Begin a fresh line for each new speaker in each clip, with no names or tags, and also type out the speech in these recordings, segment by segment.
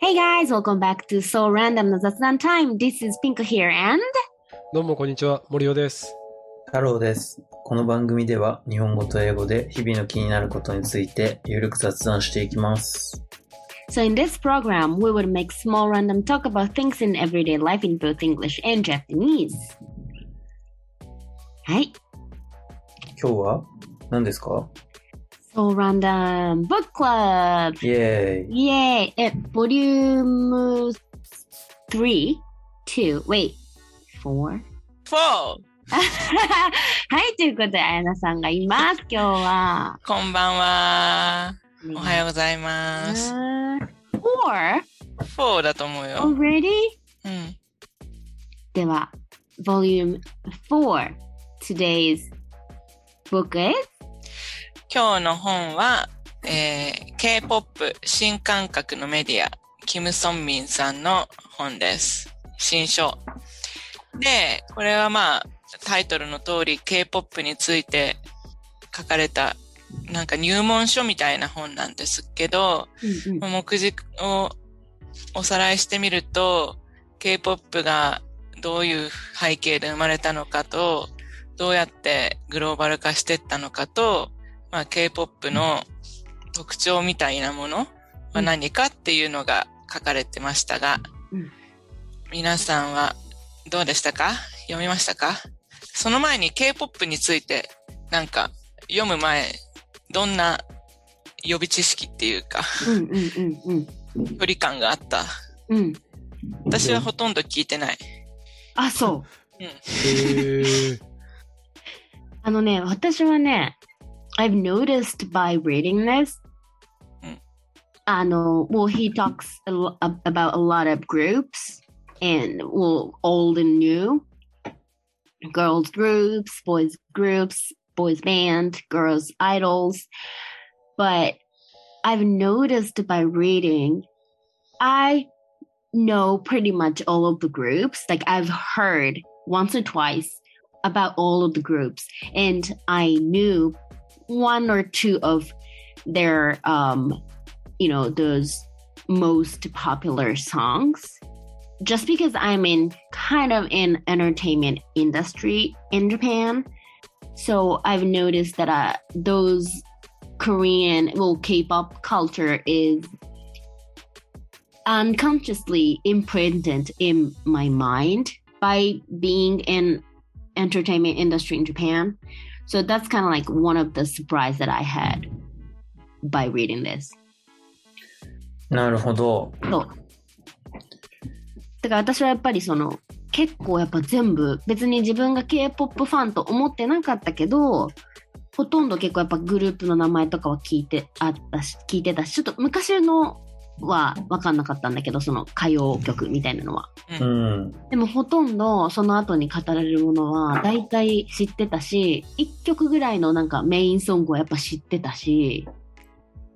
Hey guys, welcome back to So Random の雑談 Time. This is Pink here and
どうもこんにちは、森尾です。
太郎です。この番組では日本語と英語で日々の気になることについてゆるく雑談していきます。
So in this program, we would make small random talk about things in everyday life in both English and Japanese. はい。
今日は何ですか
So Random Book Club! eh,
イエーイ。
イエーイえ、ボリューム3 ?2? Wait, 4?
4!
はい、ということで、あやなさんがいます、今日は。
こんばんは。おはようございます。
う。4?
4だと思うよ。
Already?
うん。
では、ボリューム4 Today's book is?
今日の本は、えー K-POP 新感覚のメディア、キム・ソンミンさんの本です。新書。で、これはまあ、タイトルの通り K-POP について書かれた、なんか入門書みたいな本なんですけど、目次をおさらいしてみると、K-POP がどういう背景で生まれたのかと、どうやってグローバル化していったのかと、まあ、K-POP の特徴みたいなものは何かっていうのが書かれてましたが、
うん
皆さんはどうでしたか読みましたかその前に K-POP についてなんか読む前、どんな予備知識っていうか、
うんうんうんうん
距離感があった。
うん。うん。
私はほとんど聞いてない。
あ、そう。
へー。
あのね、私はね、I've noticed by reading this、
うん
あの、well, he talks a lo- ab- about a lot of groups, and well, old and new, girls groups, boys groups, boys band, girls idols, but I've noticed by reading, I know pretty much all of the groups. Like I've heard once or twice about all of the groups and i knew one or two of their um you know those most popular songs just because i'm in kind of in entertainment industry in japan so i've noticed that uh, those korean well k-pop culture is unconsciously imprinted in my mind by being in entertainment industry in Japan. So that's kind of like one of the surprise that I had by reading this.
なるほど。
だから私はやっぱりその結構やっぱ全部別に自分が K-POP ファンと思ってなかったけどほとんど結構やっぱグループの名前とかは聞いてあったし聞いてたしちょっと昔のは分かんなかったんだけどその歌謡曲みたいなのは
うん。
でもほとんどその後に語られるものは大体知ってたし1曲ぐらいのなんかメインソングはやっぱ知ってたしだか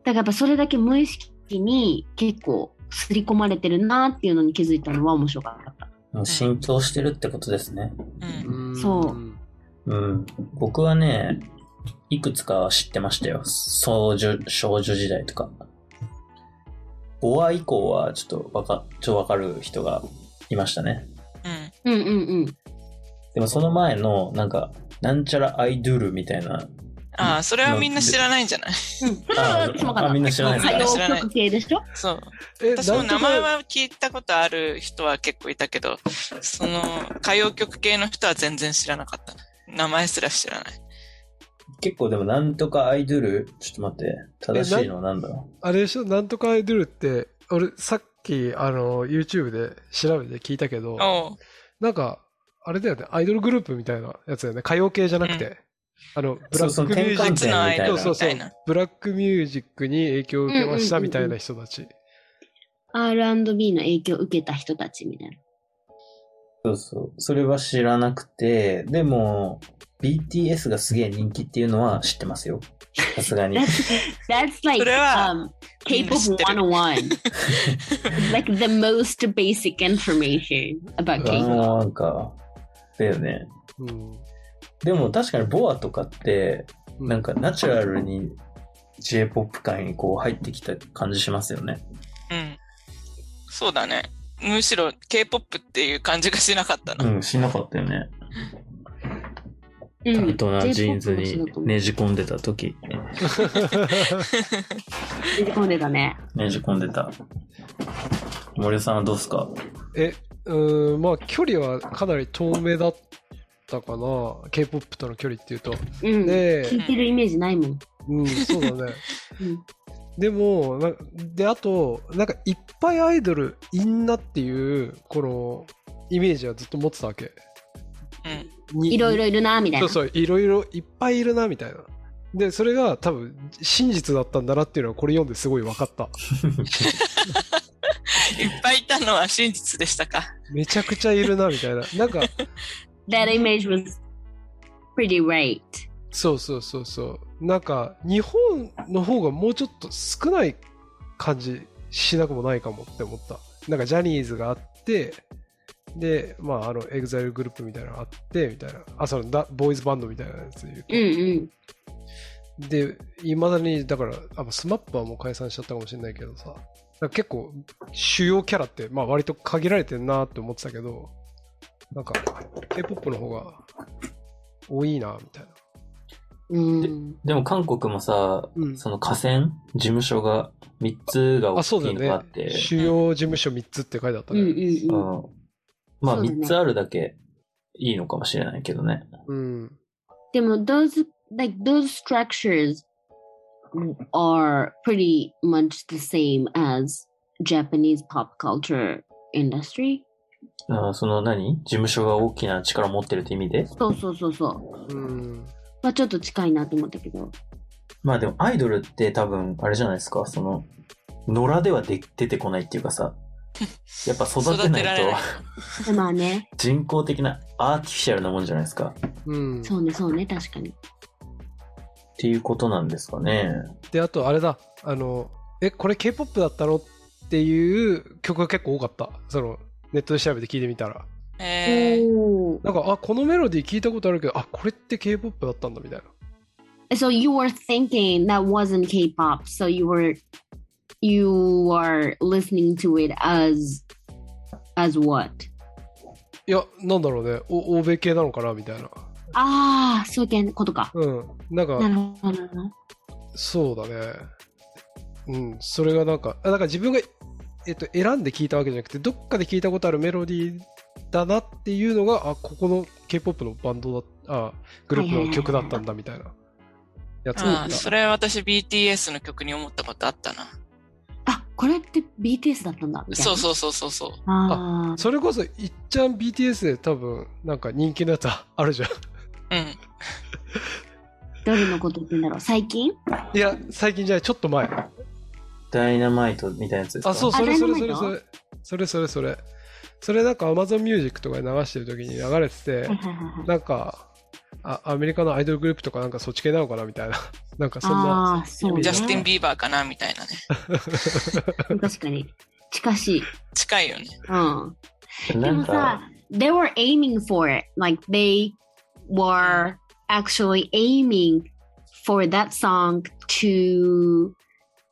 らやっぱそれだけ無意識に結構刷り込まれてるなっていうのに気づいたのは面白かった。
もう浸透してるってことですね。
う。
うんーん
そう
うん。僕はね、いくつかは知ってましたよ。少女、少女時代とか。5話以降はちょっとわか、ちょっとわかる人がいましたね。
うん。
うんうんうん。
でもその前の、なんか、なんちゃらアイドゥルみたいな。
ああ、それはみんな知らないんじゃない
それは私も分か
ああみん
っ
な知らない
た。
です
歌
か
みんな知
謡
らない
曲系でしょ
そう。
え、
私も
なんとか
名前は聞いたことある人は結構いたけど、その歌謡曲系の人は全然知らなかったな。名前すら知らない。
結構でもなんとかアイドゥル、ちょっと待って、正しいのはなんだろ
あれでしょ、なんとかアイドルって、俺、さっき、あの、YouTube で調べて聞いたけど、
おう。
なんか、あれだよね、アイドルグループみたいなやつだよね、歌謡系じゃなくて、
う
あの、ブ
そ
ラ
うそ
ッ
の
クミュージッ
転
ク
換
初のアイドル
そう
み
そうそ
た
う
いな。
ブラックミュージックに影響を受けましたみたいな人たち。
?R&B の影響を受けた人たちみたいな。
う。そうそう。それは知らなくて、でも、BTS がすげえ人気っていうのは知ってますよ。さすがに。
That's like
それは
um,
みん
K-pop
な知ってる
101. It's like the most basic information about
う
K-pop.
わ
なんか、だよね。
うん。
でも確かにボアとかって、なんかナチュラルに J-POP 界にこう入ってきた感じしますよね。
うん。そうだね。むしろ K-POP っていう感じがしなかったな。
うん、しなかったよね。
う
タ
ん
イトなジーンズ
J-POP もそうだと思
に
う
ねじ込んでた時、
ねじ込んでたね。
ねじ込んでた。森さんはどうっすか
え、うーん、まあ距離はかなり遠めだったかな。K-POP との距離っていうと。
うん。
で、
聞いてるイメージないもん。
うん、そうだね。
うん
でも、なで、あと、なんかいっぱいアイドルいんなっていう、この、イメージはずっと持ってたわけ。
うん。
に
いろいろいるな、みたい
そ
な。
うそう、いろいろいっぱいいるな、みたいな。で、それが多分、真実だったんだなっていうのは、これ読んですごい分かった。
いっぱいいたのは真実でしたか。
めちゃくちゃいるな、みたいな。なんか、
That image was pretty right.
そうそうそうそう。なんか、日本の方がもうちょっと少ない感じしなくもないかもって思った。なんか、ジャニーズがあって、で、まあ、あの、エグザイルグループみたいなのあって、みたいな。あ、その、だボーイズバンドみたいなやつで言う
うんうん。
で、いまだに、だから、あスマップはもう解散しちゃったかもしれないけどさ、だから結構、主要キャラって、まあ割と限られてんなって思ってたけど、なんか、K-POP の方が多いな、みたいな。
うん。
でも韓国もさ、
うん
その河川事務所が3つが大
あ、そう
き
だ
いのがあ
よ
って
ね。、主要事務所3つって書いてあった
うんう
ね。
んうん。
うんまあ
そうだね
3つあるだけいいのかもしれないけどね。
うん。
でも、those, like, those structures are pretty much the same as Japanese pop culture industry.
あーその何事務所が大きな力を持ってるって意味で
そうそうそうそう。
うん。
まあちょっと近いなと思ったけど。
まあでもアイドルって多分あれじゃないですかその野良ではで出てこないっていうかさやっぱ育てな
育て
い
られ
と
ない
まあね、
人工的なアーティフィシャルなもんじゃないですかっ
うん。
そうね、そうね、確かに。
ていうことなんですかね
で、あと、あれだ、あの、え、これ K-POP だったのっていう曲が結構多かった。その、ネットで調べて聞いてみたら。
えー、
Oh.
なんか、あ、このメロディー聞いたことあるけど、あ、これって K-POP だったんだ、みたいな。
So you were thinking that wasn't K-pop. So you were you were listening to it as as what?
いや、なんだろうね、お欧米系なのかなみたいな。
ああ、Ah, そういうことか。
うん、なん
な
か、
るほどな。
そうだね。うん、それがなんか、あなんか自分が、えっと、選んで聞いたわけじゃなくて、どっかで聞いたことあるメロディーだなっていうのが、あ、ここの K-POP のバンドだ、あ、グループの曲だったんだみたいなやつだ
あ
っ
ーそ
た。
れ私 BTS の曲に思ったことあったな。
あ、これって BTS だったんだ。みたいな
そうそうそうそうそう。
あ
それこそ、いっちゃん BTS で多分、なんか人気のやつああるじゃん。
うん。
あ、誰のこと言ってんだろう。最近
いや、最近じゃない、ちょっと前。
ダイナマイトみたいなやつですか
あ、そう、
あ
それそれ
ダ
そ
イ
れ
ナ
そ
マ
れ。それそれそれ。それなんか Amazon Music とかで流してる時に流れてて
はい、はいはいはい。
なんか、あアメリカのアイドルグループとかなんかそっち系なのかなみたいな。 なんかそんな。
ああー、そうね。
ジャスティン・ビーバーかなみたいなね。
確かに。近しい。
近いよね。
うん。で
な
も
ん
さ
か、、
they were aiming for it. Like they were actually aiming for that song to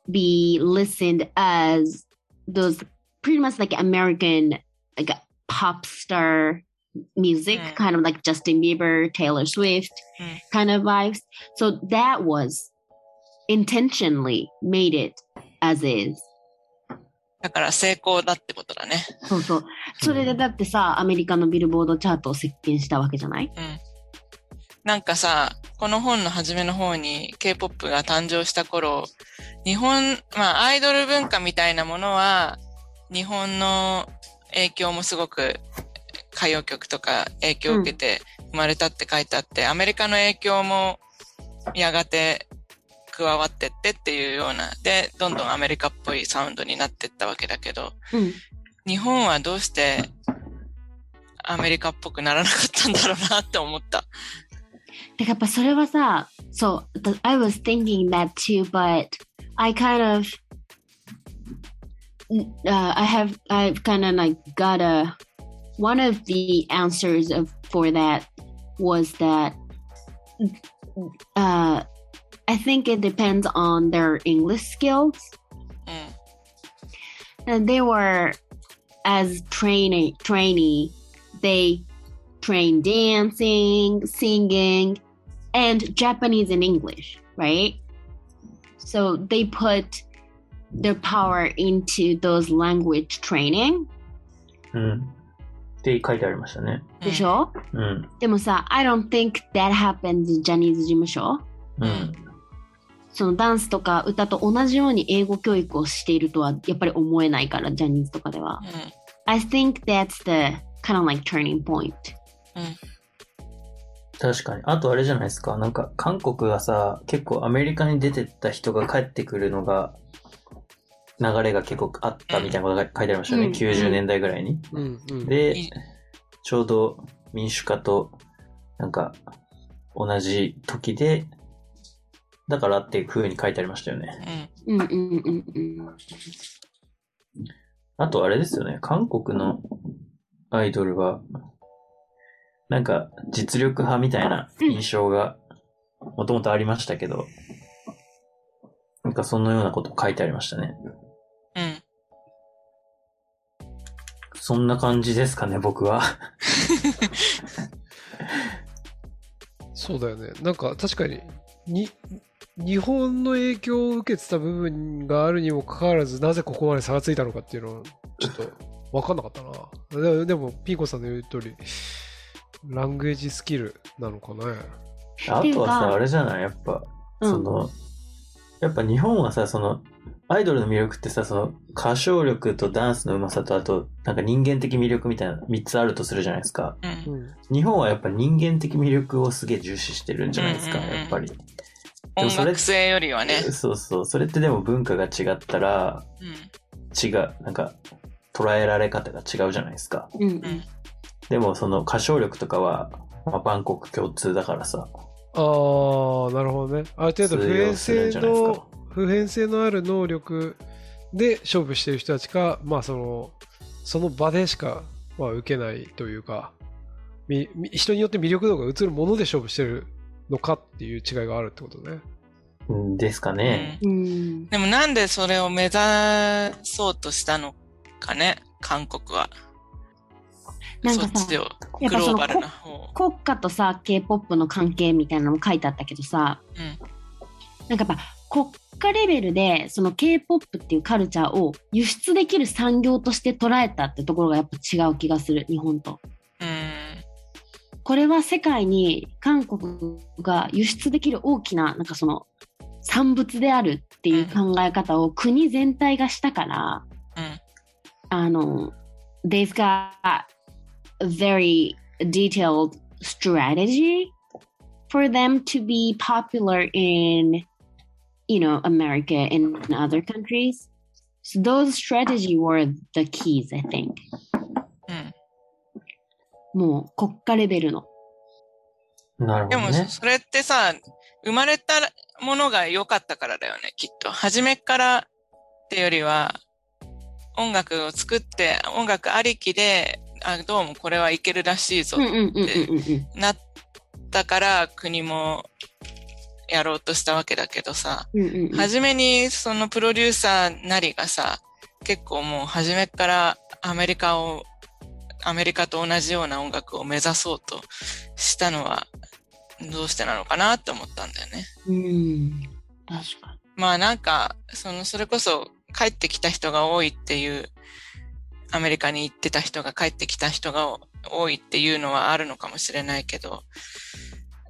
be listened as those pretty much like American like pop star music,
Mm.
kind of like Justin Bieber, Taylor Swift
Mm.
kind of vibes. So that was intentionally made it as is.
だから成功だってことだね。
そうそう。それでだってさ、アメリカのビルボードチャートを席巻したわけじゃない
なんかさ、この本の初めの方に K-POP が誕生した頃、日本、まあアイドル文化みたいなものは、日本の影響もすごく歌謡曲とか影響を受けて生まれたって書いてあって、アメリカの影響もやがて加わってってっていうような、で、どんどんアメリカっぽいサウンドになってったわけだけど、
うん。
日本はどうしてアメリカっぽくならなかったんだろうなって思った。
だからやっぱそれはさ、そう、the- I was thinking that too, but I kind of, uh, I have, I've kind of like got a, one of the answers of for that was that, uh, I think it depends on their English skills.
うん。
And Uh, they were as trainee trainee they train dancing singing and japanese and english right so they put their power into those language training
うん。って書いてありましたね。
Hmm.
でしょ、
うん。
でもさ I don't think that happens in ジャニーズ事務所
うん。
そのダンスとか歌と同じように英語教育をしているとはやっぱり思えないからジャニーズとかでは
うん
I think that's the kind of like turning point
確かに。あとあれじゃないですか。なんか、韓国がさ、結構アメリカに出てった人が帰ってくるのが、流れが結構あったみたいなことが書いてありましたよね。
うん
90年代ぐらいに。
うんうん。
で
い、
ちょうど民主化と、なんか、同じ時で、だからっていう風に書いてありましたよね。
うん
うんうんうんうん
あとあれですよね。韓国のアイドルは、なんか、実力派みたいな印象が、もともとありましたけど、なんかそのようなこと書いてありましたね。
うん
そんな感じですかね、僕は。
そうだよね。なんか確かに、に、日本の影響を受けてた部分があるにもかかわらず、なぜここまで差がついたのかっていうのは、ちょっと分かんなかったな。でも、でもピーコさんの言う通り、ラングエージスキルなのかね。
あと は
っていう
さ、
か
あれじゃないやっぱ、
うん
その、やっぱ日本はさ、その、アイドルの魅力ってさ、その、歌唱力とダンスのうまさと、あと、なんか人間的魅力みたいな、3つあるとするじゃないですか。
うん
うん。
日本はやっぱ人間的魅力をすげえ重視してるんじゃないですか、
うんうんうん
やっぱり。も
音
それ
楽性よりはね、
そうそう。それってでも文化が違ったら、
う
違う、なんか、捉えられ方が違うじゃないですか。
うんうん
ん
でも、その歌唱力とかは、まあ、バンコク共通だからさ。
あー、なるほどね。ある程度、普
通用
遍
するん
性
じゃないです
の
か、
普遍性のある能力で勝負してる人たちか、まあ、その、その場でしか、まあ、受けないというか、みみ人によって魅力度が移るもので勝負してるのかっていう違いがあるってことね。
うんですか
う
ね。
ん
うん
でもなんでそれを目指そうとしたのかね、韓国は。
なん
そ
か
っち
さ
を、
や
グ
っぱ
ロ
そ
ー
の
バルな
こ
方。
国家とさ K-POP の関係みたいなのも書いてあったけどさ
うん
なんかやっぱ国家レベルでその K-POP っていうカルチャーを輸出できる産業として捉えたってところがやっぱ違う気がする日本と。
うん。
これは世界に韓国が輸出できる大きななんかその産物であるっていう考え方を国全体がしたから、
うん
あの they've got a very detailed strategy for them to be popular in you know America and other countries so those strategy were the keys I think
うん
もう国家レベルの
なるほ
で
ど
も、
ね。
それってさ、生まれたものが良かったからだよね、きっと。初めからってよりは、音楽を作って、音楽ありきで、あ、どうもこれはいけるらしいぞ
うん、うんうんうんうんうん
なったから、国もやろうとしたわけだけどさ、
うんうんうん
初めにそのプロデューサーなりがさ、結構もう初めからアメリカを、アメリカと同じような音楽を目指そうとしたのは、どうしてなのかなって思ったんだよね。
うん確か
まあなんか、その、それこそ帰ってきた人が多いっていう、アメリカに行ってた人が帰ってきた人が多いっていうのはあるのかもしれないけど、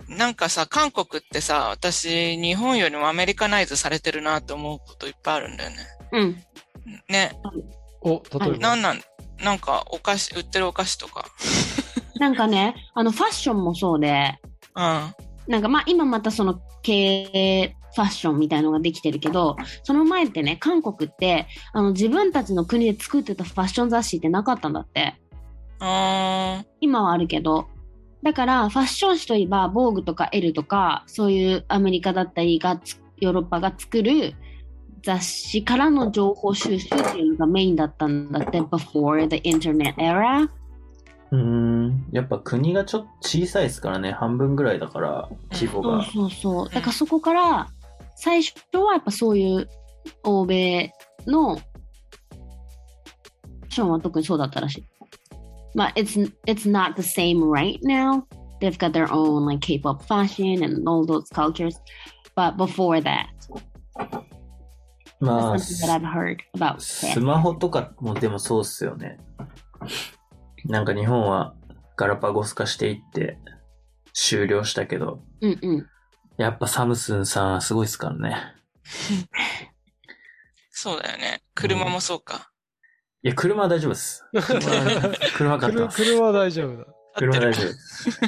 なんかさ、韓国ってさ、私、日本よりもアメリカナイズされてるなと思うこといっぱいあるんだよね。
に。うん。
ね、
お、例え ば。
なんなん、なんかお菓子、売ってるお菓子とか。
なんかね、あの、ファッションもそうで、
う
なんかまあ今またその経営ファッションみたいのができてるけど、その前ってね、韓国って、あの、自分たちの国で作ってたファッション雑誌ってなかったんだって。
ん。あ
今はあるけど。だから、ファッション誌といえば、防具とかエルとか、そういうアメリカだったりがつ、ヨーロッパが作る雑誌からの情報収集っていうのがメインだったんだって、before the internet era。
うーん。やっぱ国がちょっと小さいですからね。半分ぐらいだから、規模
そう
が。
そうそう。だからそこから、最初はやっぱそういう欧米のョンは特にそうだったらしい。まあ、it's, it's not the same right now. They've got their own like K-pop fashion and all those cultures. But before that,
まあ、
that's something that I've heard about.
スマホとかもでもそうっすよね。なんか日本はガラパゴス化していって終了したけど、
うんうん。
やっぱサムスンさんはすごいっすからね。
そうだよね。車もそうか。
いや、車は大丈夫です。車、車買った
車
んです。
車は大丈夫だ。
車
合
大
って
丈
る
夫です。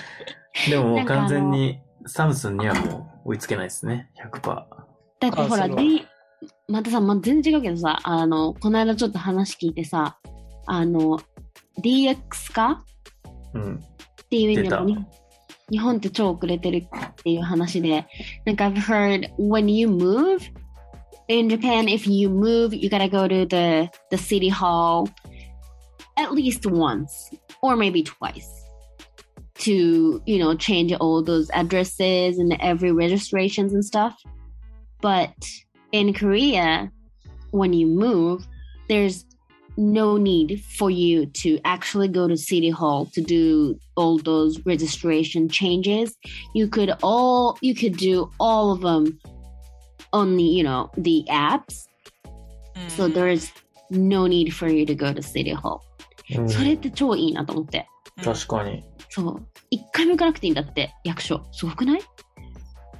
でももう完全にサムスンにはもう追いつけないですね。100%。
だってほら、
あそう
D、またさ、まあ、全然違うけどさ、あの、この間ちょっと話聞いてさ、あの、DX 化
うん。
っていう意味でも
出た
に日本って超遅れてるっていう話で、なんか I've heard when you move in Japan, if you move, you gotta go to the, the city hall at least once or maybe twice to, you know, change all those addresses and every registrations and stuff. But in Korea, when you move, there's no need for you to actually go to city hall to do all those registration changes you could all you could do all of them on the you know the apps
うん
so there is no need for you to go to city hall、
うん
それって超いいなと思って
確かに。
そう一回も行かなくていいんだって役所すごくない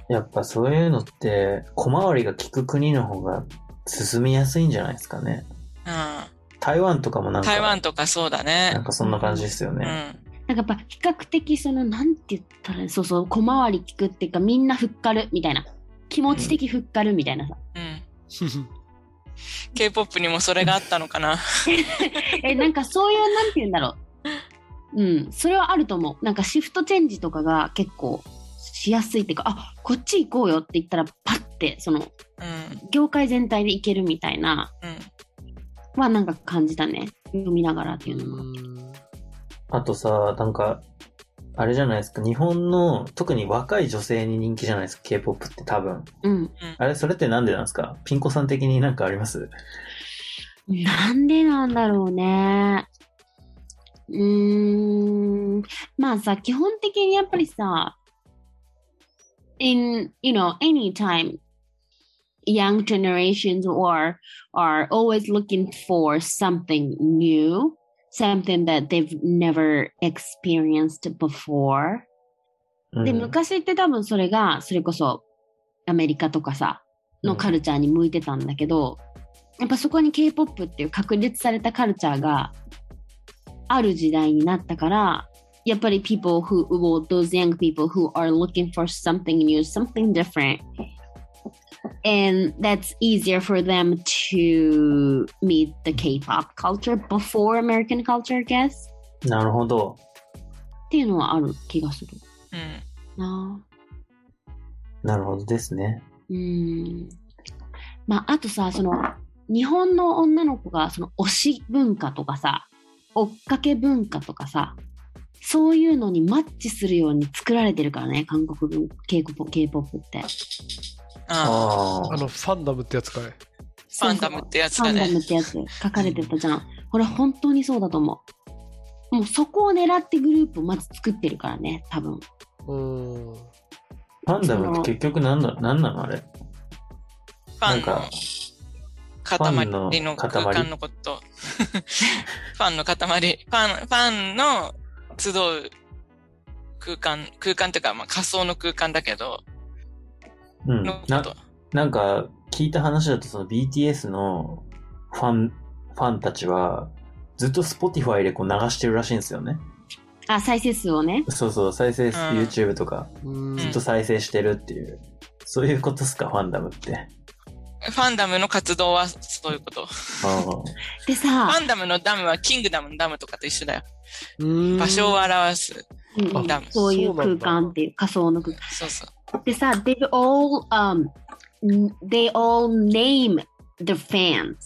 やっぱそういうのって、小回りが利く国の方が進みやすいんじゃないですかね。
う
台湾とかもなん
ん
か、
台湾とかそうだ
な
ね
ん。かそんな感じですよ
う
ね。
ん。
なんかやっぱ比較的そのなんて言ったらそうそう小回り聞くっていうかみんなふっかるみたいな気持ち的ふっかるみたいなさ、
うん。K-POP にもそれがあったのかな。
えなんかそういうなんて言うんだろううんそれはあると思うなんかシフトチェンジとかが結構しやすいっていうかあこっち行こうよって言ったらパッてその
うん。
業界全体で行けるみたいな
うん。
はなんか感じたね読みながらっていうのも
あとさ、なんか、あれじゃないですか、日本の、特に若い女性に人気じゃないですか、K-POP って多分。
うん
あれ、それってなんでなんですかピンコさん的になんかあります
なんでなんだろうねうーんまあさ基本的にやっぱりさ in you know anytime young generations or are always looking for something new something that they've never experienced before
うん
で、昔って多分それが、それこそアメリカとかさ、のカルチャーに向いてたんだけど、やっぱそこに K-POP っていう確立されたカルチャーがある時代になったから、やっぱり people who, well, those young people who are looking for something new, something different. And that's easier for them to meet the K-pop culture before American culture, I guess.
なるほど。
っていうのはある気がする
うん。
な。
なるほどですね。
うーんまあ、あとさその日本の女の子がその推し文化とかさ追っかけ文化とかさそういうのにマッチするように作られてるからね韓国文 K-POP, K-POP って
ああ。
あ
あの、ファンダムってやつかい。
ファンダムってやつ
ファ
だ
ンダ
ね
ム。ってやつ書かれてたじゃんこれ本当にそうだと思うもうそこを狙ってグループをまず作ってるからね多分
うん。
あ。ファンダムって結局なんだ、なんなのあれ。
フ
な
ァ
ん
ンの
か、
塊
ファンの
の
塊
空間のこと。 ファンの塊。ファン、ファンの集う空間、空間っていうか、まあ仮想の空間だけど、
うん。
のこ
な
と。
なんか、聞いた話だと、その BTS のファン、ファンたちは、ずっと Spotify でこう流してるらしいんですよね。
あ再生数をね
そうそう、再生、YouTube とか、
うん
ずっと再生してるっていう。そういうことっすか、ファンダムって。
ファンダムの活動はそういうこと。フ
あ
でさ
ァンダムのダムはキングダムのダムとかと一緒だよ。
うん
場所を表す。
うん
あ
そういう
そうな
空
んだ
間っていう仮想の空間
そうそう。
They said they all um they all name the fans.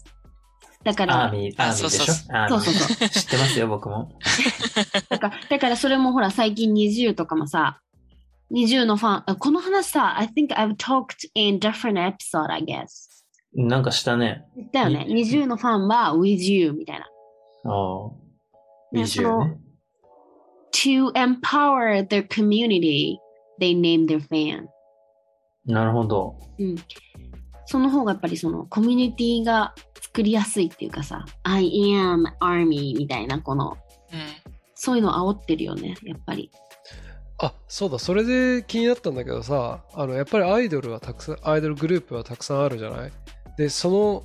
だか
アー
ら、
ミー、アーミーでし
そうそう
ょアーミ
そう
ー
そうそう。
知ってますよ、僕も。
だから、だからそれもほら、最近 NiziU とかもさ、NiziU のファン、あこの話さ、I think I've talked in different episode, I guess.
なんかしたね。
だよね。NiziU のファンは with you みたいな。
あああ。
ね
移住
そ
ね
の。To empower their community, they name their fan.
なるほど。
うん、その方がやっぱりそのコミュニティが作りやすいっていうかさ「I am army」みたいなこの
うん。
そういうの煽ってるよねやっぱり
あそうだそれで気になったんだけどさあのやっぱりアイドルはたくさんアイドルグループはたくさんあるじゃないでその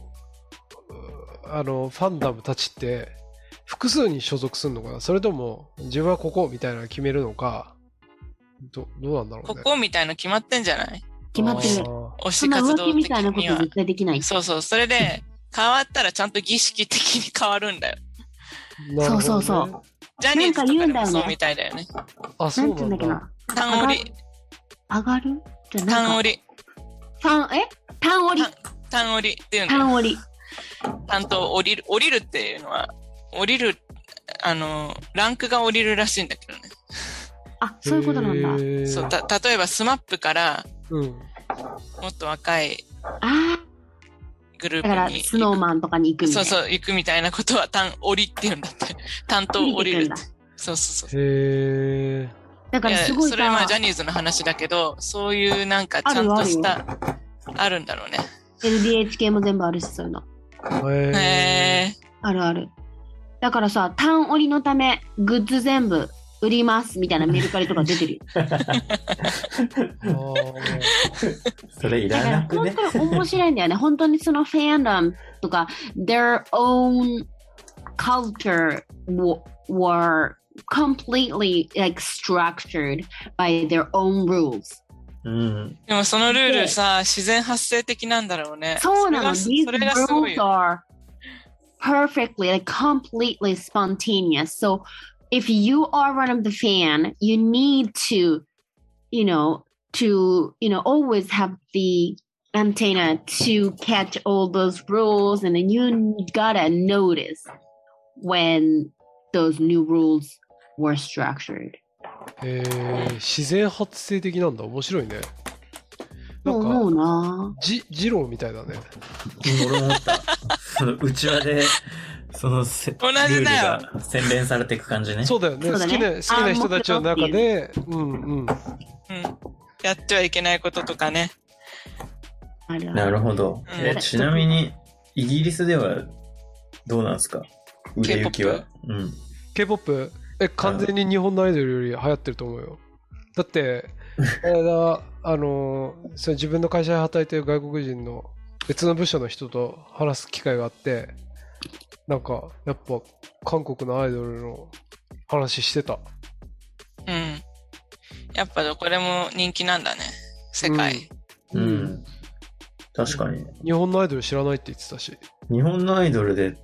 うーあのファンダムたちって複数に所属するのかなそれとも自分はここみたいなの決めるのかどどうなんだろう
こ
ね
こみたいの決まってんじゃない
決まってる
あ
推
そ
し
んな
活
浮
動
気み
的
たいなこ
に
と
は。
絶対できない
そうそう。それで、変わったらちゃんと儀式的に変わるんだよ。
ーなるほどね
そうそうそ
ジャニーズとかで
なんか言うんだよ
も
ね
そうみたいだよね。
あそ
な
うん
て言うん
な
だ
ん
っけ
だ
な
単折り、
上がるじゃ
単
なんか
折り、
単え単折り
単折りっていうんだよ。
単折り
担当降りる、降りるっていうのは、降りる、あの、ランクが降りるらしいんだけどね。
あそういうことなんだ、
へー
そう、た、例えばスマップから、
うん
もっと若い
あ
グル
あだか
ー
ら
プに。
スノーマンとかに行くみた
そ
いうな
そう、行くみたいなことは、単降りっていうんだって。担当降りる
降りてくんだ。
そうそうそう。
へえ
だからすごい
やそれはまあ
さ
ジャニーズの話だけど、そういうなんかちゃんとした、あるんだろうね。
LDHK も全部あるしそういうの
へえ
へえ。
あるある。だからさ、単折りのため、グッズ全部売りますみたいなメルカリとか出てるよ。
それい
だ
ら
か
な
ら
くね
本。当に面白いんだよ ね。本当にそのファンダムとか、their own culture wa- were completely like structured by their own rules.
うん。
でもそのルールさ、自然発生的なんだろうね。
そうなの。
それ
These
がそれがすご
rules
いよ。
are perfectly, like completely spontaneous. So if you are one of the fan, you need to, you know, to, you know, always have the antenna to catch all those rules and then you gotta notice when those new rules were structured.
へー自然発生的なんだ面白いねなんか
もうな
じジローみたいだね
俺も思った。 その内輪で、そのせ、
同じだよ
ルールが洗練されていく感じね。
そうだよね
そうだ
好
ね
きな好きな人たちの中
あー
でうんうん
うん。やってはいけないこととかね。
あるある
なるほど。
うん
え、ちなみに、イギリスでは、どうなんですか売れ行きは。うん。
k p o p え完全に日本のアイドルより流行ってると思うよだってあれだあのーその自分の会社で働いてる外国人の別の部署の人と話す機会があってなんかやっぱ韓国のアイドルの話してた
うん。やっぱどこでも人気なんだね。世界。
う
うん
ん。確かに。
日本のアイドル知らないって言ってたし
日本のアイドルで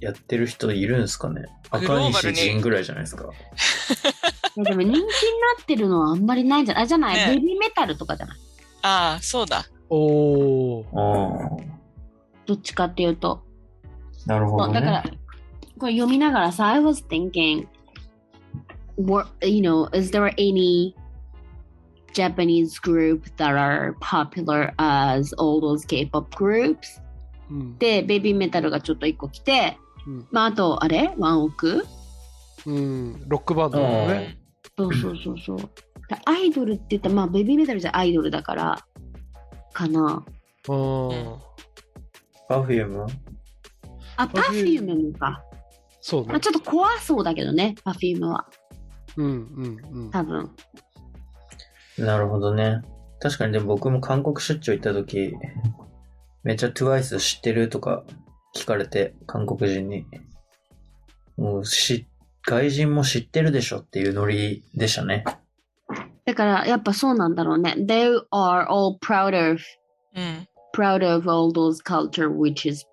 やってる人いるんですかね
グ
赤
ローバル
西
に
仁ぐらいじゃないですか。
いやでも人気になってるのはあんまりないんじゃないあじゃない、
ね
ベビーメタルとかじゃない
ああ、そうだ。
おお
ああ。
どっちかっていうと。
なるほ
そうだから、これ読みながらさ、I was thinking, what, you know, is there any Japanese group that are popular as all those K-pop groups?
うん
で、ベビーメタルがちょっと一個来て、
うん
まあ、あと、あれワンオク
うん、ロックバンドだよ
う
ね。
ん。
そうそうそうそう。アイドルって言ったら、まあ、ベビーメタルじゃアイドルだから、かな。
うん
う
パフューム
あ、パフュームもか。
そう
まあ、
ね。
ちょっと怖そうだけどね、パフュームは。
うんうんうん。
多分。
なるほどね。確かにでも僕も韓国出張行った時、めっちゃ TWICE 知ってるとか聞かれて、韓国人に。もうし、外人も知ってるでしょっていうノリでしたね。
だからやっぱそうなんだろうね。They are all proud of,
うん。
proud of all those culture which is、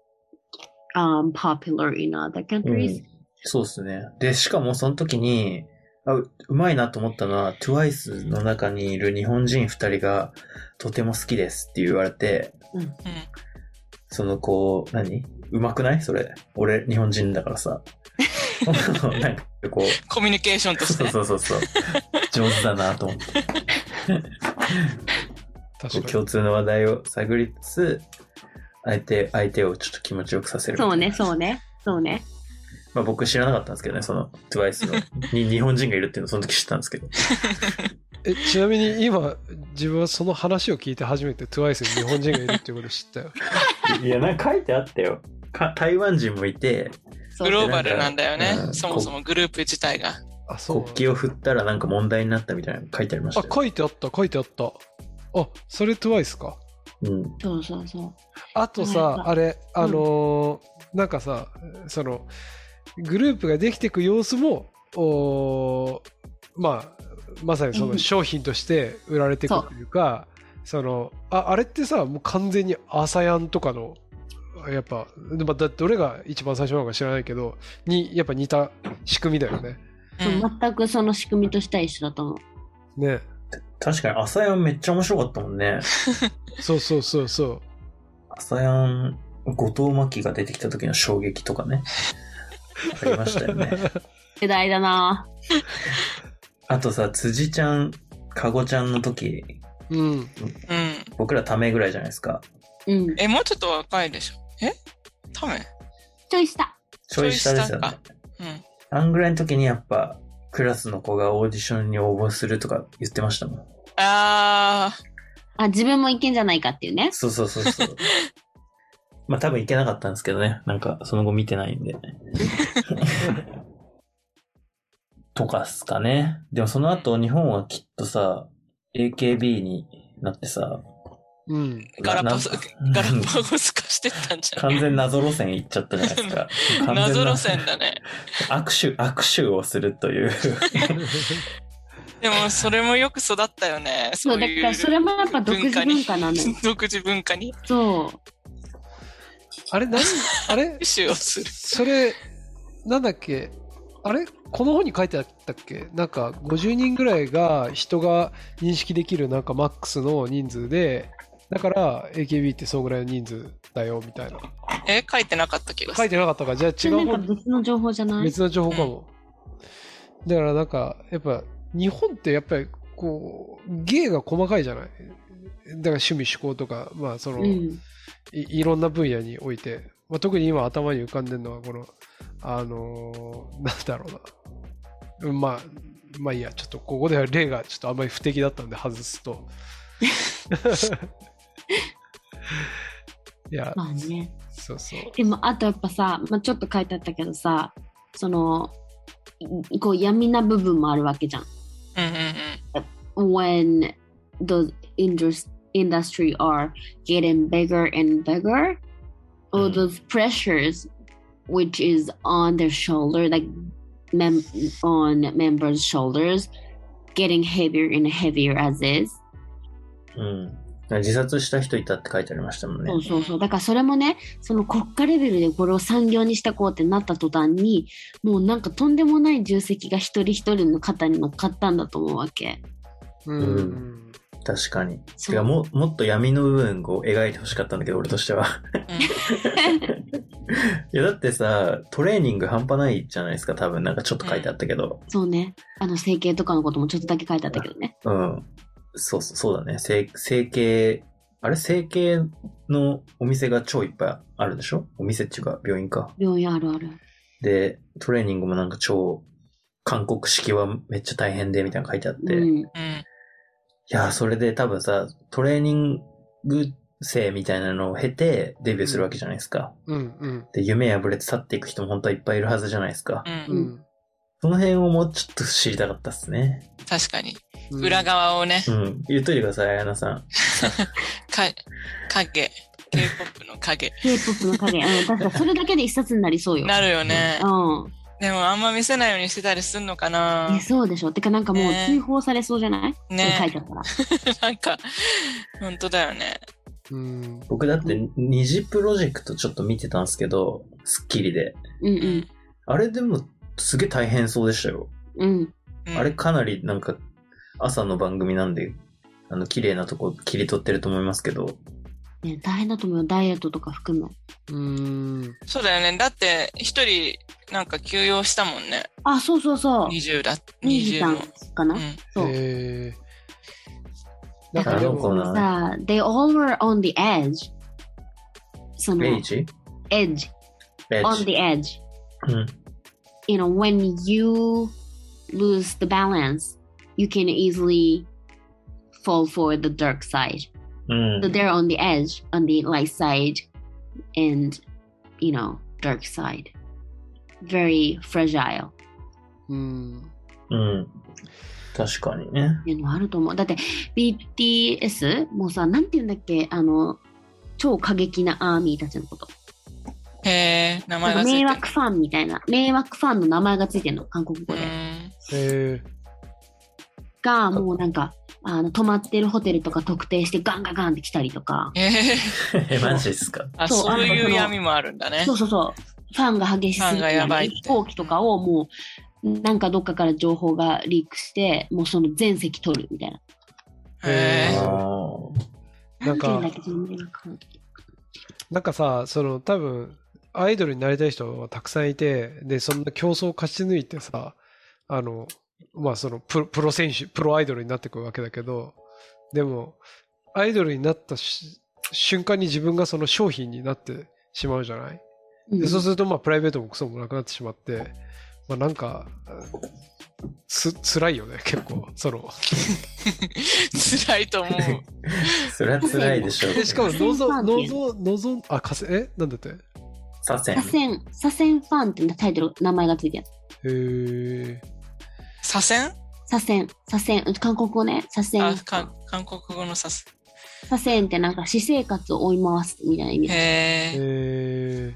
um, popular in other
うん
countries.、
そうですね。で、しかもその時に、あううまいなと思ったのは、TWICE の中にいる日本人二人が、とても好きですって言われて、
うん。
そのこう、何うまくないそれ。俺、日本人だからさ。 なんかこう、
コミュニケーションとして
そう。そうそうそう。上手だなと思って、こ
確
う
かに。
共通の話題を探りつつ、相手、相手をちょっと気持ちよくさせる。
そうね、そうね、そうね。
まあ僕知らなかったんですけどね、その TWICE のに日本人がいるっていうのをその時知ったんですけど。
えちなみに今自分はその話を聞いて初めて TWICE に日本人がいるっていうことを知ったよ
いや、なんか書いてあったよ。か台湾人もいて、
そう
グローバルなんだよ
う
ね。
ん
そもそもグループ自体が。
あそう
国旗を振ったらなんか問題になったみたいなの書いてありまし
あ
たよ。
書いてあった書いてあったあそれ TWICE か
うん。
そうそうそう。
あと
なん
さ
か
あれあのーなんかさそのグループができていく様子もおーまあまさにそ
うん
の商品として売られていくというか、そのああれってさもう完全にアサヤンとかのやっぱ、まあ、だどれが一番最初なのか知らないけどにやっぱ似た仕組みだよね。
うん
そう全くその仕組みとしては一緒だと思う。
ね
確かに、朝やんめっちゃ面白かったもんね。
そうそうそうそう
朝やん、後藤真希が出てきた時の衝撃と かね。ありましたよね。
世代だな
あとさ、辻ちゃん、かごちゃんの時、
うん
うん。
僕らためぐらいじゃないですか。
うん。
え、もうちょっと若いでしょ。え多分。
ちょいした。
ちょい下ですよ
ちょい
ね。
うん。
あんぐらいの時にやっぱ、クラスの子がオーディションに応募するとか言ってましたもん。
あ
あ、自分もいけんじゃないかっていうね。
そうそうそうそう。まあ多分行けなかったんですけどね。なんか、その後見てないんで。とかっすかね。でもその後、日本はきっとさ、AKB になってさ、
うん
ー、ガラパス
な、
ガラパゴス化してったんじゃない
完全謎路線行っちゃったじゃないですか。完全な
謎路線だね。
握手、握手をすると いう。
でも、それもよく育ったよね。
そう、
そう
だ
い
からそれもやっぱ独自文化 なのよ。
に 独自文化に
そう。
あれ何あれ
手をする。
それ、なんだっけ、あれこの本に書いてあったっけなんか、50人ぐらいが人が認識できるなんかマックスの人数で、だから、AKB ってそんぐらいの人数だよ、みたいな。
え、書いてなかった気がす
書
る。
いてなかったか、じゃあ違
な
うん
か
本、
別の情報じゃない
別の情報かも。だからなんか、やっぱ、日本ってやっぱり、こう、芸が細かいじゃないだから趣味趣向とか、まあその、
うん。
いいろんな分野において、まあ、特に今頭に浮かんでるのはこのあのーなんだろうなうんまあまあいいやちょっとここでは例がちょっとあんまり不適だったんで外すといや
まあね。
そうそう
でも、あとやっぱさ、まあ、ちょっと書いてあったけどさ、その、いこう闇な部分もあるわけじゃん。
うんうんうん。
when the indus- industry are getting bigger and bigger all
Mm.
those pressures which is on their shoulder like mem- on members shoulders getting heavier and heavier as is
うん。自殺した人いたって書いてありましたもんね
そ。うそうそうだからそれもねその国家レベルでこれを産業にしてこうってなった途端にもうなんかとんでもない重責が一人一人の肩に乗っかったんだと思うわけ
うん、
うん確かに。
そう
てかも、もっと闇の部分を描いてほしかったんだけど、俺としては。いや、だってさ、トレーニング半端ないじゃないですか、多分。なんかちょっと書いてあったけど。
そうねあの整形とかのこともちょっとだけ書いてあったけどね
うん。そうそう、そうだね。整整形、あれ整形のお店が超いっぱいあるでしょお店っていうか、病院か。
病院あるある。
で、トレーニングもなんか超、韓国式はめっちゃ大変で、みたいなの書いてあって。
う
い
ん、
うん。
やー、それで多分さ、トレーニング生みたいなのを経て、デビューするわけじゃないですか。
うんうん
で、夢破れて去っていく人も本当はいっぱいいるはずじゃないですか
う。ん。
う
うんん
その辺をもうちょっと知りたかったっすね。
確かに。
うん
裏側をね、
うん。言っといてください、綾菜さん。
か、影。K-POP の影。
K-POP の影。うん、 確かそれだけで一冊になりそうよ。
なるよね。
うん。
でも、あんま見せないようにしてたりすんのかな
え、そうでしょ。てかなんかもう
ね
追放されそうじゃない
ね
それ書いてあったら。
なんか、本当だよね。
うん
僕だって二次プロジェクトちょっと見てたんですけど、スッキリで。
うん
うん。
あれでもすげえ大変そうでしたよ。
うん。うん。
うん
あれかなりなんか朝の番組なんで、あの綺麗なとこ切り取ってると思いますけど、
ね、大変だと思うよ。ダイエットとか含む。
うん
そうだよね。だって、一人、なんか休養したもんね。
あ、そうそうそう。
20だ。
2時
20
間
の。
かな、
うん。
そう。
えー、
だ
なん
か
からで
で
あの子
も
もさ、they all were on the edge. その、
レイジ
edge,
レイ
on
ジ。
the edge.
うん。
you know when you lose the balance you can easily fall for the dark side
う
so
ん。
they're on the edge on the light side and you know dark side very fragile
うん。
うん。確かにね。
っていうのはあると思うだって BTS もうさなんて言うんだっけあの超過激なアーミーたちのこと
へえ、名
な
前
んか
がついて
迷
る。
惑ファンみたいな迷惑ファンの名前がついてるの韓国語で、
うん
え
がもうなんかあの泊まってるホテルとか特定してガンガンガンって来たりとか
へえ
え、 マジっすか。
あ、
そう
そうい
あの
う闇もあるんだね
そ。うそうそうファンが激しすぎ
ファンがやばいって
飛行機とかをもうなんかどっかから情報がリークしてもうその全席取るみたいな
へ
あ
え。
ー
なんか
何て言うんだっけその迷惑ファン
ーなんかさ、その多分、アイドルになりたい人はたくさんいて、で、そんな競争を勝ち抜いてさ、あの、まあそのプロプロ選手、プロアイドルになってくるわけだけど、でも、アイドルになったし瞬間に自分がその商品になってしまうじゃない
うん
でそうすると、まあ、プライベートもクソもなくなってしまって、まあ、なんか、つ、辛いよね、結構。その、
辛いと思う。
それは辛いでしょうけど。
で、し かも、
左遷ファンっ
望、
ていう
望、望、あ、かせ、えなんだってへ
左遷
左。遷左遷ファンってタイトル名前がついてる
え。
左遷
左遷左遷韓国語ね左
あ
遷、
か韓国語の左遷。
左遷ってなんか私生活を追い回すみたいな意味で
へえ。
え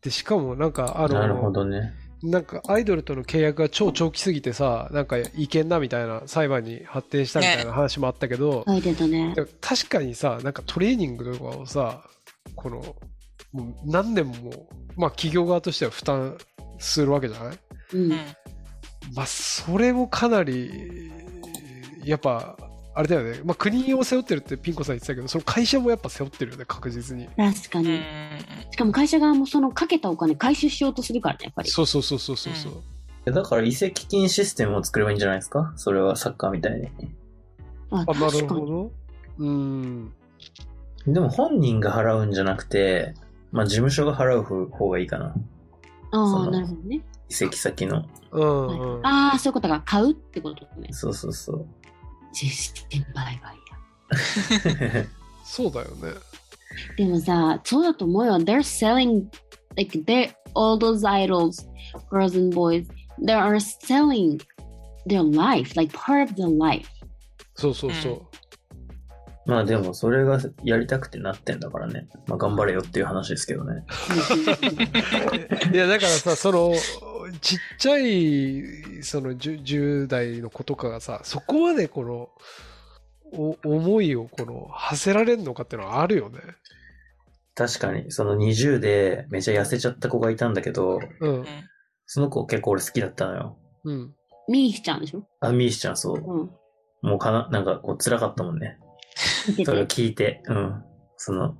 ー。で、しかも、なんか、あの、
なるほどね。
なんか、アイドルとの契約が超長期すぎてさ、なんか、違憲だみたいな、裁判に発展したみたいな話もあったけど、
書いてたね
でも確かにさ、なんかトレーニングとかをさ、この、もう何年も、まあ企業側としては負担するわけじゃない
うん、
うん。
まあそれもかなり、やっぱ、あれだよね、まあ国を背負ってるってピン子さん言ってたけど、その会社もやっぱ背負ってるよね、確実に。
確か
うんう
に、
ん
しかも会社側もそのかけたお金回収しようとするからねやっぱり
そうそうそうそうそうそう。
だから移籍金システムを作ればいいんじゃないですかそれはサッカーみたいに。
あ
あ、なる
確か
ほ
に
ど。うん。
でも本人が払うんじゃなくて、まあ事務所が払う方がいいかな。
あ
そ
あ
の
なるほどね、
移籍先の。
うん、うん。
ああそういうことが買うってことね
そうそうそう。
実践売買
そうだよね。
でもさ、そうだと思うよ。They're selling, like, they're, all those idols, girls and boys, they are selling their life, like part of their life.
そうそうそう。
まあでもそれがやりたくてなってんだからね。まあ頑張れよっていう話ですけどね。
いやだからさそのちっちゃいその 10, 10代の子とかがさそこまでこのお思いをこの馳せられるのかっていうのはあるよね。
確かに、その20でめちゃ痩せちゃった子がいたんだけど、
うん
その子結構俺好きだったのよ。
うん
ミーヒちゃんでしょ
あ、ミーシちゃんそう。
うん。
もうかな、なんかこう辛かったもんね。
見て
それを
て。
聞いて、うん。その、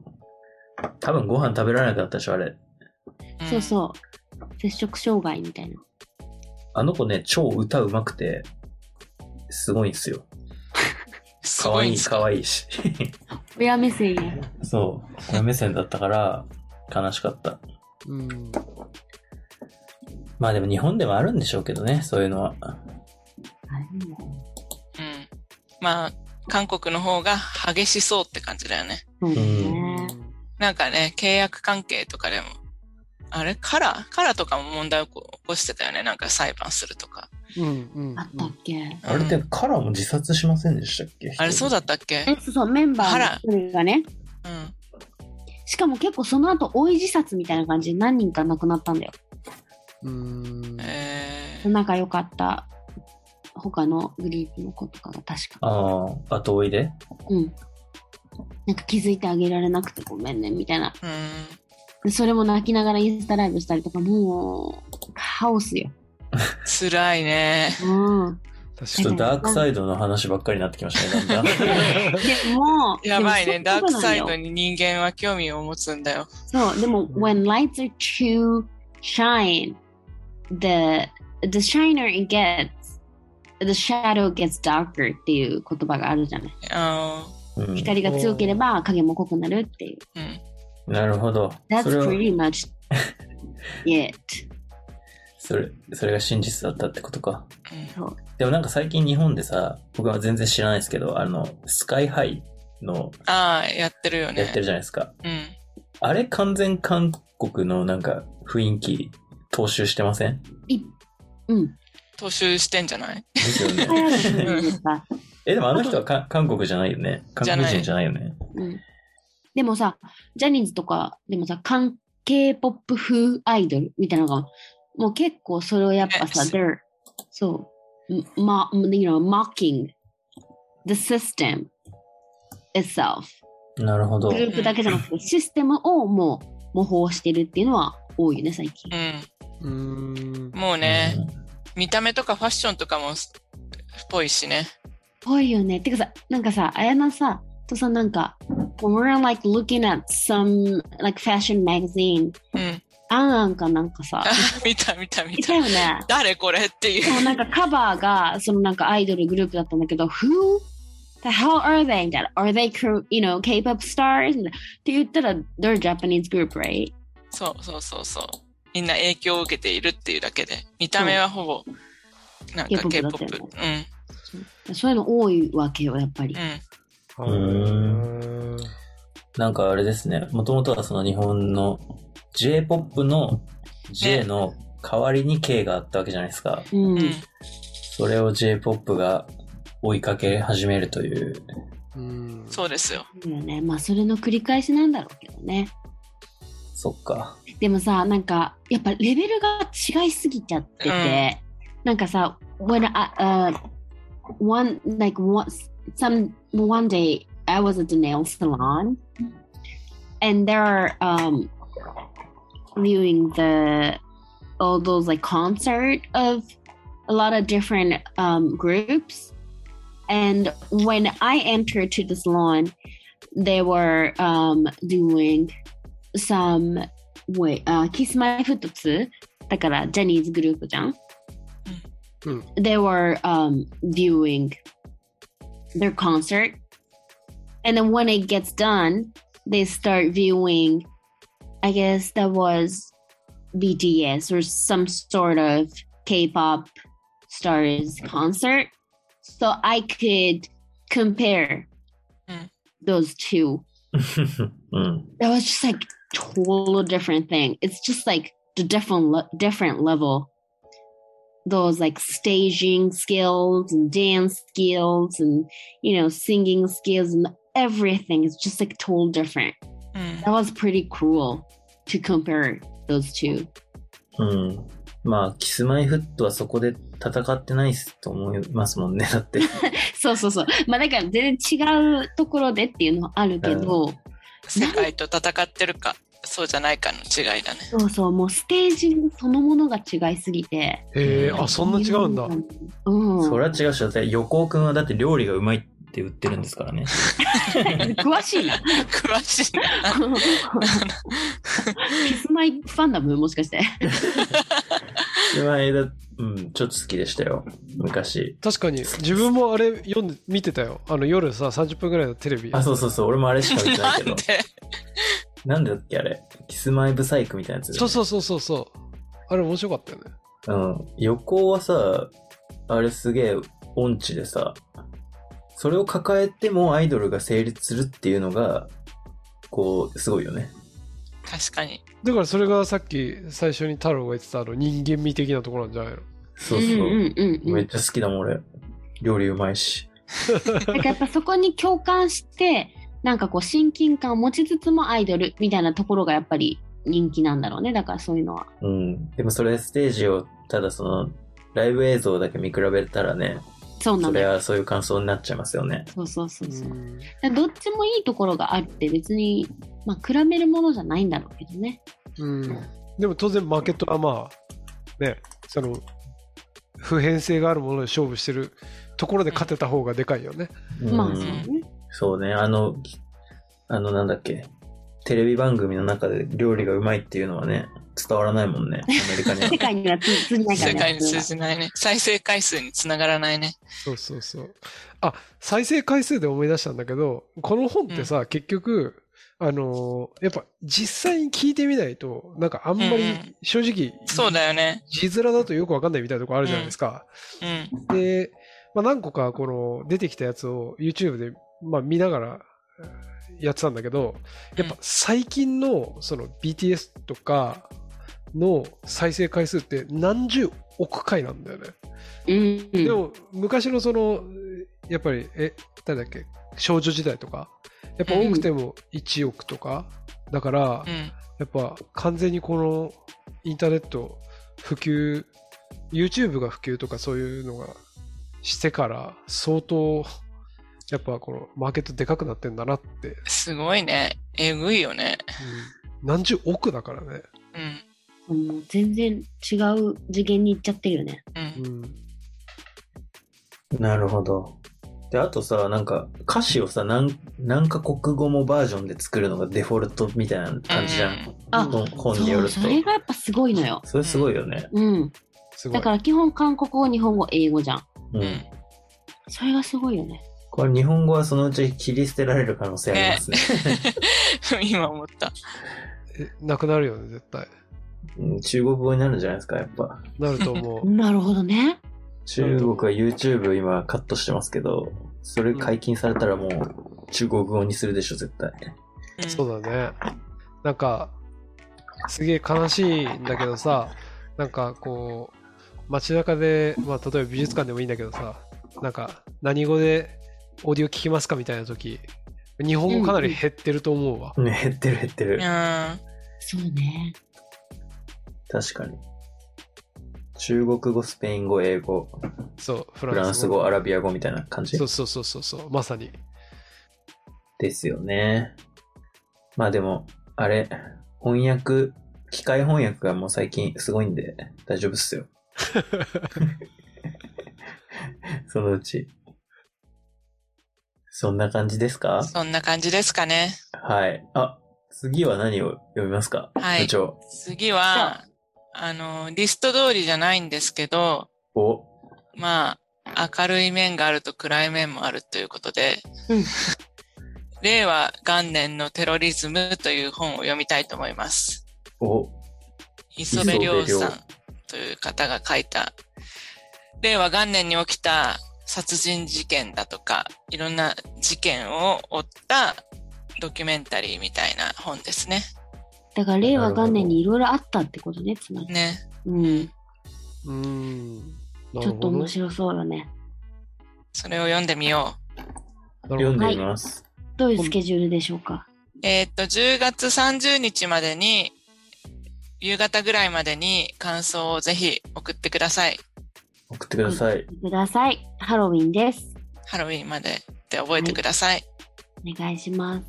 多分ご飯食べられなくなったでしょ、あれ。
ん
そうそう。接触障害みたいな。
あの子ね、超歌うまくて、すごいんすよ。
す
か
ご
わ
い
い
ん
い、
す
かわいいし。
親目線や。
そう。親目線だったから、悲しかった。
うん
まあでも日本でもあるんでしょうけどね、そういうのは。
うん。まあ、韓国の方が激しそうって感じだよね。
そうだ
う
ね。
ん
なんかね、契約関係とかでも、あれカラーカラーとかも問題を起こ起こしてたよね。なんか裁判するとか。
うんうん
あったっけ
あれって
うん
カラーも自殺しませんでしたっけ
あれそうだったっ
え
け、
そうそう、メンバ
あ
ー
ら
の一人がね。
うん。
しかも結構その後、追い自殺みたいな感じで何人か亡くなったんだよ。
うん
えー、
仲良かった他のグループの子とかが確か。
ああ、後追いで
うん。なんか気づいてあげられなくてごめんね、みたいな。
うん。
でそれも泣きながらインスタライブしたりとか、もう、カオスよ。
辛いね。
うん。
ち
確
ょ
か
っ
に
とダークサイドの話ばっかりになってきましたね、だんだん。
でも、
やばいね。
でも
ダークサイ
そう
ド
いう
に人間は興味を持つんだよ。
ことなんだよ。そう、でも、when lights are too shine, the, the shiner it gets, the shadow gets darker っていう言葉があるじゃない。
あ
うん
光が強ければ影も濃くなるっていう。
ーうん。
なるほど。
That's
それは
pretty much it.
それ、それが真実だったってことか。
うん
そう。
でもなんか最近日本でさ、僕は全然知らないですけど、あの、スカイハイの
ああ、やってるよね。
やってるじゃないですか。
うん。
あれ完全韓国のなんか雰囲気踏襲してません
いうん。
踏襲してんじゃない
ですよ
早
ね。
くないですか。
え、でもあの人はか韓国じゃないよね。韓国人じゃないよね。
うん。でもさ、ジャニーズとか、でもさ、関係ポップ風アイドルみたいなのが、もう結構それをやっぱさ、
ね
they're, そう、ま、you know, mocking the system itself.
なるほど
グ。ループだけじゃなくて、システムをもう模倣してるっていうのは多いよね、最近。
うーん
うん。もうね、
うん
見た目とかファッションとかもすっぽいしね。
多いよね。てかさ、なんかさ、綾菜さ、とさ、なんか、when we're like looking at some like fashion magazine,
うん。
あんあんかなんかさ、
見た見た見
い
た
た。 よね。
誰これってい
でも
う。
なんかカバーが、そのなんかアイドルグループだったんだけど、who? The hell are they? みたいな。Are they, Kor- you know, K-pop stars? みたいなって言ったら、they're Japanese group, right?
そうそうそうそう。みんな影響を受けているっていうだけで。見た目はほぼ、なんか
K-pop だった
K-POP。
よ
うん。
そういうの多いわけよ、やっぱり
う。ん。
う
ーなんかあれですね。もともとはその日本の J-POP の J の代わりに K があったわけじゃないですか。
う
うんん。
それを J-POP が追いかけ始めるという。
うん
そうですよ。
そうだよね。まあ、それの繰り返しなんだろうけどね。
そっか。
でもさ、なんか、やっぱレベルが違いすぎちゃってて、なんかさ、when I, uh, one, like, once, some, one day, I was at the nail salon, and there are, um, viewing the, all those, like, concert of a lot of different, um, groups. And when I entered to the salon, they were, um, doing some, wait, uh, Kiss My Foot 2だからジャニーズグループじゃん、
うん、
They were、um, viewing their concert and then when it gets done they start viewing I guess that was BTS or some sort of K-pop stars concert so I could compare、
Mm.
うん
those two
うん。
that was just like total different thing. It's just like the different le- different level. Those like staging skills and dance skills and you know singing skills and everything is just like total different.
うん。
That was pretty cruel to compare those two.
うん。まあ、キスマイフットはそこで戦ってないっすと思いますもんね。だって。
そうそうそう。まあだから uh, 全然違うところでっていうのはあるけど、
世界と戦ってるか、そうじゃないかの違いだね。
そうそう、もうステージそのものが違いすぎて。
へえ、あ、そんな違うんだ。
うん。
それは違うし、だって横尾くんはだって料理がうまいって売ってるんです からね。
詳しいな。
詳しいな。
キスマイファンダムもしかして。
キスマイだ、うん、ちょっと好きでしたよ。昔。
確かに、自分もあれ読んで、見てたよ。あの、夜さ、30分ぐらいのテレビ。
あ、そうそう そう。俺もあれしか見てない
な
け
ん
ど。
で
なんでだっけあれ。キスマイブサイクみたいなやつ。
そうそうそうそうそう。あれ面白かったよね。
うん。横尾はさ、あれすげえ音痴でさ、それを抱えてもアイドルが成立するっていうのが、こう、すごいよね。
確かに。
だからそれがさっき最初に太郎が言ってたあの人間味的なところなんじゃないの
そう
う
そう。
んうんうんう
め
ん。
っちゃ好きだもん、俺。料理うまいし。
だからやっぱそこに共感して、なんかこう親近感を持ちつつもアイドルみたいなところがやっぱり人気なんだろうね。だからそういうのは。
うん。でもそれステージを、ただその、ライブ映像だけ見比べたらね、
そうな
そ
んだ
れ
よ。
はそういう感想になっちゃいますよね。
そうそうそうそう。だからどっちもいいところがあって別に、まあ、比べるものじゃないんだろうけどね。
うん。でも当然マーケットはまあ、ね、その、普遍性があるもので勝負してるところで勝てた方がでかいよね。
うん
まあそうね。
そうね、あの、あのなんだっけ、テレビ番組の中で料理がうまいっていうのはね、伝わらないもんね、アメリカには
世 界には通通じないから
世
ね。
界に通じないね。再生回数につながらないね。
そうそうそう。あ、再生回数で思い出したんだけど、この本ってさ、結局、あのーやっぱ実際に聞いてみないと、なんかあんま
うんう
り
ん
正直、
そうだよね。
字面だとよくわかんないみたいなとこあるじゃないですか。
うん。
で、まあ、何個かこの出てきたやつを YouTube で、まあ、見ながらえーやってたんだけど、やっぱ最近のその BTS とかの再生回数って何十億回なんだよね。
うん
でも昔のその、やっぱり、え、誰だっけ、少女時代とか、やっぱ多くても1億とか、だから、
うん。
やっぱ完全にこのインターネット普及 YouTube が普及とかそういうのがしてから相当やっぱこのマーケットでかくなってんだなって、
すごいね。えぐいよね。
何十億だからね、
うん。
もう全然違う次元に行っちゃってるよね。
うん。
うん、
なるほど。で、あとさ、なんか、歌詞をさ、何、何カ国語もバージョンで作るのがデフォルトみたいな感じじゃん。
あ
本本によ
そ
る
う、
と。
それがやっぱすごいのよ。
それすごいよね。
うん。
すごい
だから基本韓国語、日本語、英語じゃん。
う
うんん。。
それがすごいよね。
これ日本語はそのうち切り捨てられる可能性ありますね。
今思った。
えなくなるよね絶対
うん中国語になるんじゃないですか、やっぱ。
なる と思う
なるほどね。
中国は YouTube 今カットしてますけど、それ解禁されたらもう中国語にするでしょ、絶対。
うん
そうだねなんかすげえ悲しいんだけどさなんかこう街中でまあ例えば美術館でもいいんだけどさなんか何語でオーディオ聞きますかみたいな時日本語かなり減ってると思うわ、
ね、減ってる減ってる。
うん。
そうね。
確かに。中国語、スペイン語、英語、
そうフ
フラ
ラン
ン
ス
ス
語
語、アラビア語みたいな感じ
そうそうそうそうそうまさに
ですよね。まあでも、あれ、翻訳、機械翻訳がもう最近すごいんで大丈夫っすよ。そのうち。そんな感じですか
そんな感じですかね。
はい。あ、次は何を読みますか
はい
部長。
次は、あの、リスト通りじゃないんですけど、
お、
まあ、明るい面があると暗い面もあるということで、
うん
令和元年のテロリズムという本を読みたいと思います。
お、
磯部亮
磯部
さ
亮
んという方が書いた、令和元年に起きた殺人事件だとか、いろんな事件を追ったドキュメンタリーみたいな本ですね。
だから令和元年にいろいろあったってことね、つまり。
ね。
うん。
うーんな
ちょっ
る
と
ほど
面白そうよね。
それを読んでみよ
なる
読
ほ
ん
ど
でみます。
どういうスケジュールでしょうか。
う。えーっと、10月30日までに、夕方ぐらいまでに感想をぜひ送ってください。
送ってください。
ください。ハロウィンです。
ハロウィンまでって覚えてください。
お願いします。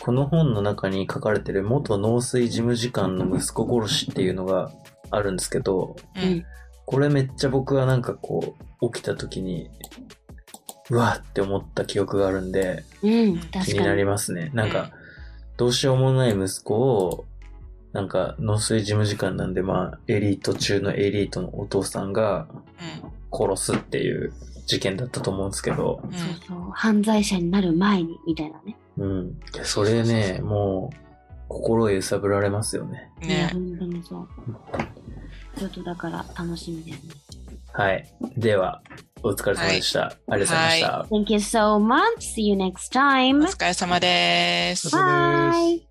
この本の中に書かれてる元農水事務次官の息子殺しっていうのがあるんですけど、
うん。
これめっちゃ僕はなんかこう、起きた時に、うわって思った記憶があるんで、
うん、
気
確
にな
か
り
に。
ますね。なんか、どうしようもない息子を、なんか、農水事務次官なんで、まあ、エリート中のエリートのお父さんが殺すっていう事件だったと思うんですけど、
うん。う。
そうんそう。犯罪者になる前に、みたいなね。
うん。いやそれね、もう、心揺さぶられますよね。
いや
ね。
本当にそう。ちょっとだから楽しみですね。
はい。では、お疲れ様でした。ありがとうございました。
Thank you so much. See you next
お
time.
疲れ様です。
そうです
Bye.